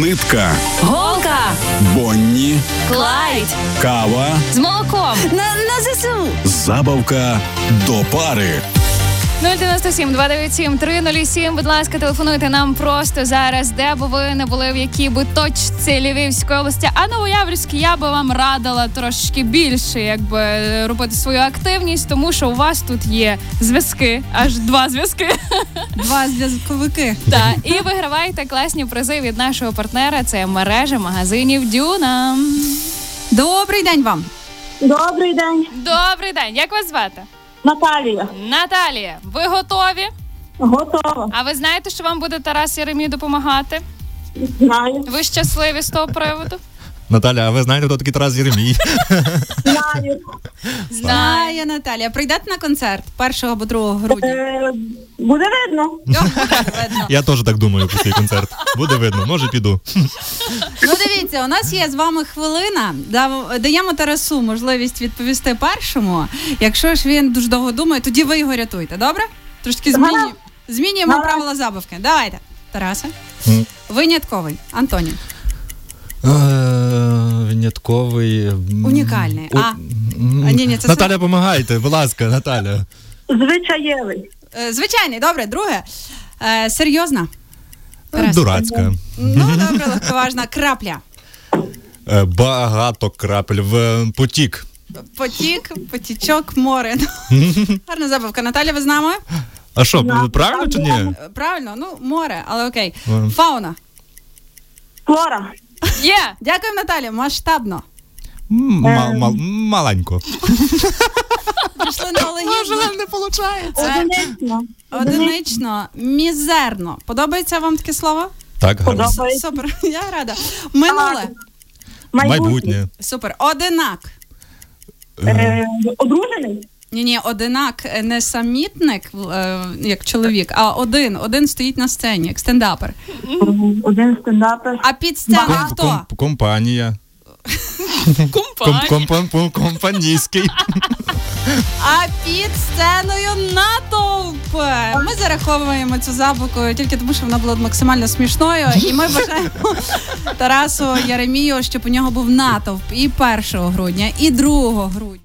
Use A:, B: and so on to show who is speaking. A: нитка,
B: Голка,
A: Бонні,
B: Клайд
A: кава,
B: з молоком.
C: На, на ЗСУ.
A: забавка до пари.
B: 097 297 307. Будь ласка, телефонуйте нам просто зараз, де би ви не були, в якій би точці Львівської області. А Новояврівській я би вам радила трошки більше, якби е, робити свою активність, тому що у вас тут є зв'язки, аж два зв'язки.
C: Два зв'язковики.
B: Та і вигравайте класні призи від нашого партнера. Це мережа магазинів Дюна.
C: Добрий день вам.
D: Добрий день,
B: Добрий день! Як вас звати?
D: Наталія.
B: Наталія, ви готові?
D: Готова.
B: А ви знаєте, що вам буде Тарас Єремій допомагати?
D: Знаю.
B: Ви щасливі з того приводу?
E: Наталя, а ви знаєте, хто такий Тарас Єремій?
D: Знаю.
B: Знаю.
C: Знає Наталія. Прийдете на концерт 1 або 2 грудня.
D: Е, буде видно.
C: Видно.
E: Я теж так думаю про цей концерт. Буде видно, може піду.
C: Ну дивіться, у нас є з вами хвилина. Дав- Даємо Тарасу можливість відповісти першому. Якщо ж він дуже довго думає, тоді ви його рятуєте. Добре? Трошки змінюємо.
D: Гаразд.
C: Змінюємо
D: Гаразд.
C: правила забавки. Давайте, Тарасе.
E: М.
C: Винятковий Антонін.
E: Е, Винятковий. м,
C: Унікальний.
E: у-
C: А.
E: м,
C: А, ні, ні, це
E: Наталя, помагайте, будь ласка, Наталя.
D: Звичаєвий.
C: Е, Звичайний, добре, друге. Е, Серйозна.
E: Е,
C: Тарас.
E: Дурацька.
C: Ну, добре, легковажна крапля.
E: Е, Багато крапель в е, потік.
C: Потік, потічок, море. Ну, Гарна забавка. Наталя, ви з нами?
E: А що, правильно чи ні?
C: Е, Правильно, ну море, але окей.
E: Ем.
C: Фауна.
D: Флора.
B: Є.
C: Дякую, Наталі. Масштабно.
E: М, мал- мал- Маленько.
C: Пішли на Олегідно.
E: не виходить.
D: Одинично.
C: Одинично, мізерно. Подобається вам таке слово?
E: Так, гарно.
D: Подобається. Ой.
C: Супер, я рада. Минуле.
E: Майбутнє.
C: Супер. Одинак.
E: Е,
D: Е, одружений.
C: Ні, ні, одинак е, не самітник, е, як чоловік, а один. Один стоїть на сцені, як стендапер.
D: Один стендапер.
C: А під сцену
E: ком-
C: хто?
E: ком- Компанія. Ком-
B: Компанія.
E: компан- пом- Компанійський.
C: А під сценою натовп. Ми зараховуємо цю забуку тільки тому, що вона була максимально смішною. І ми бажаємо Тарасу Яремію, щоб у нього був натовп і 1 грудня, і 2 грудня.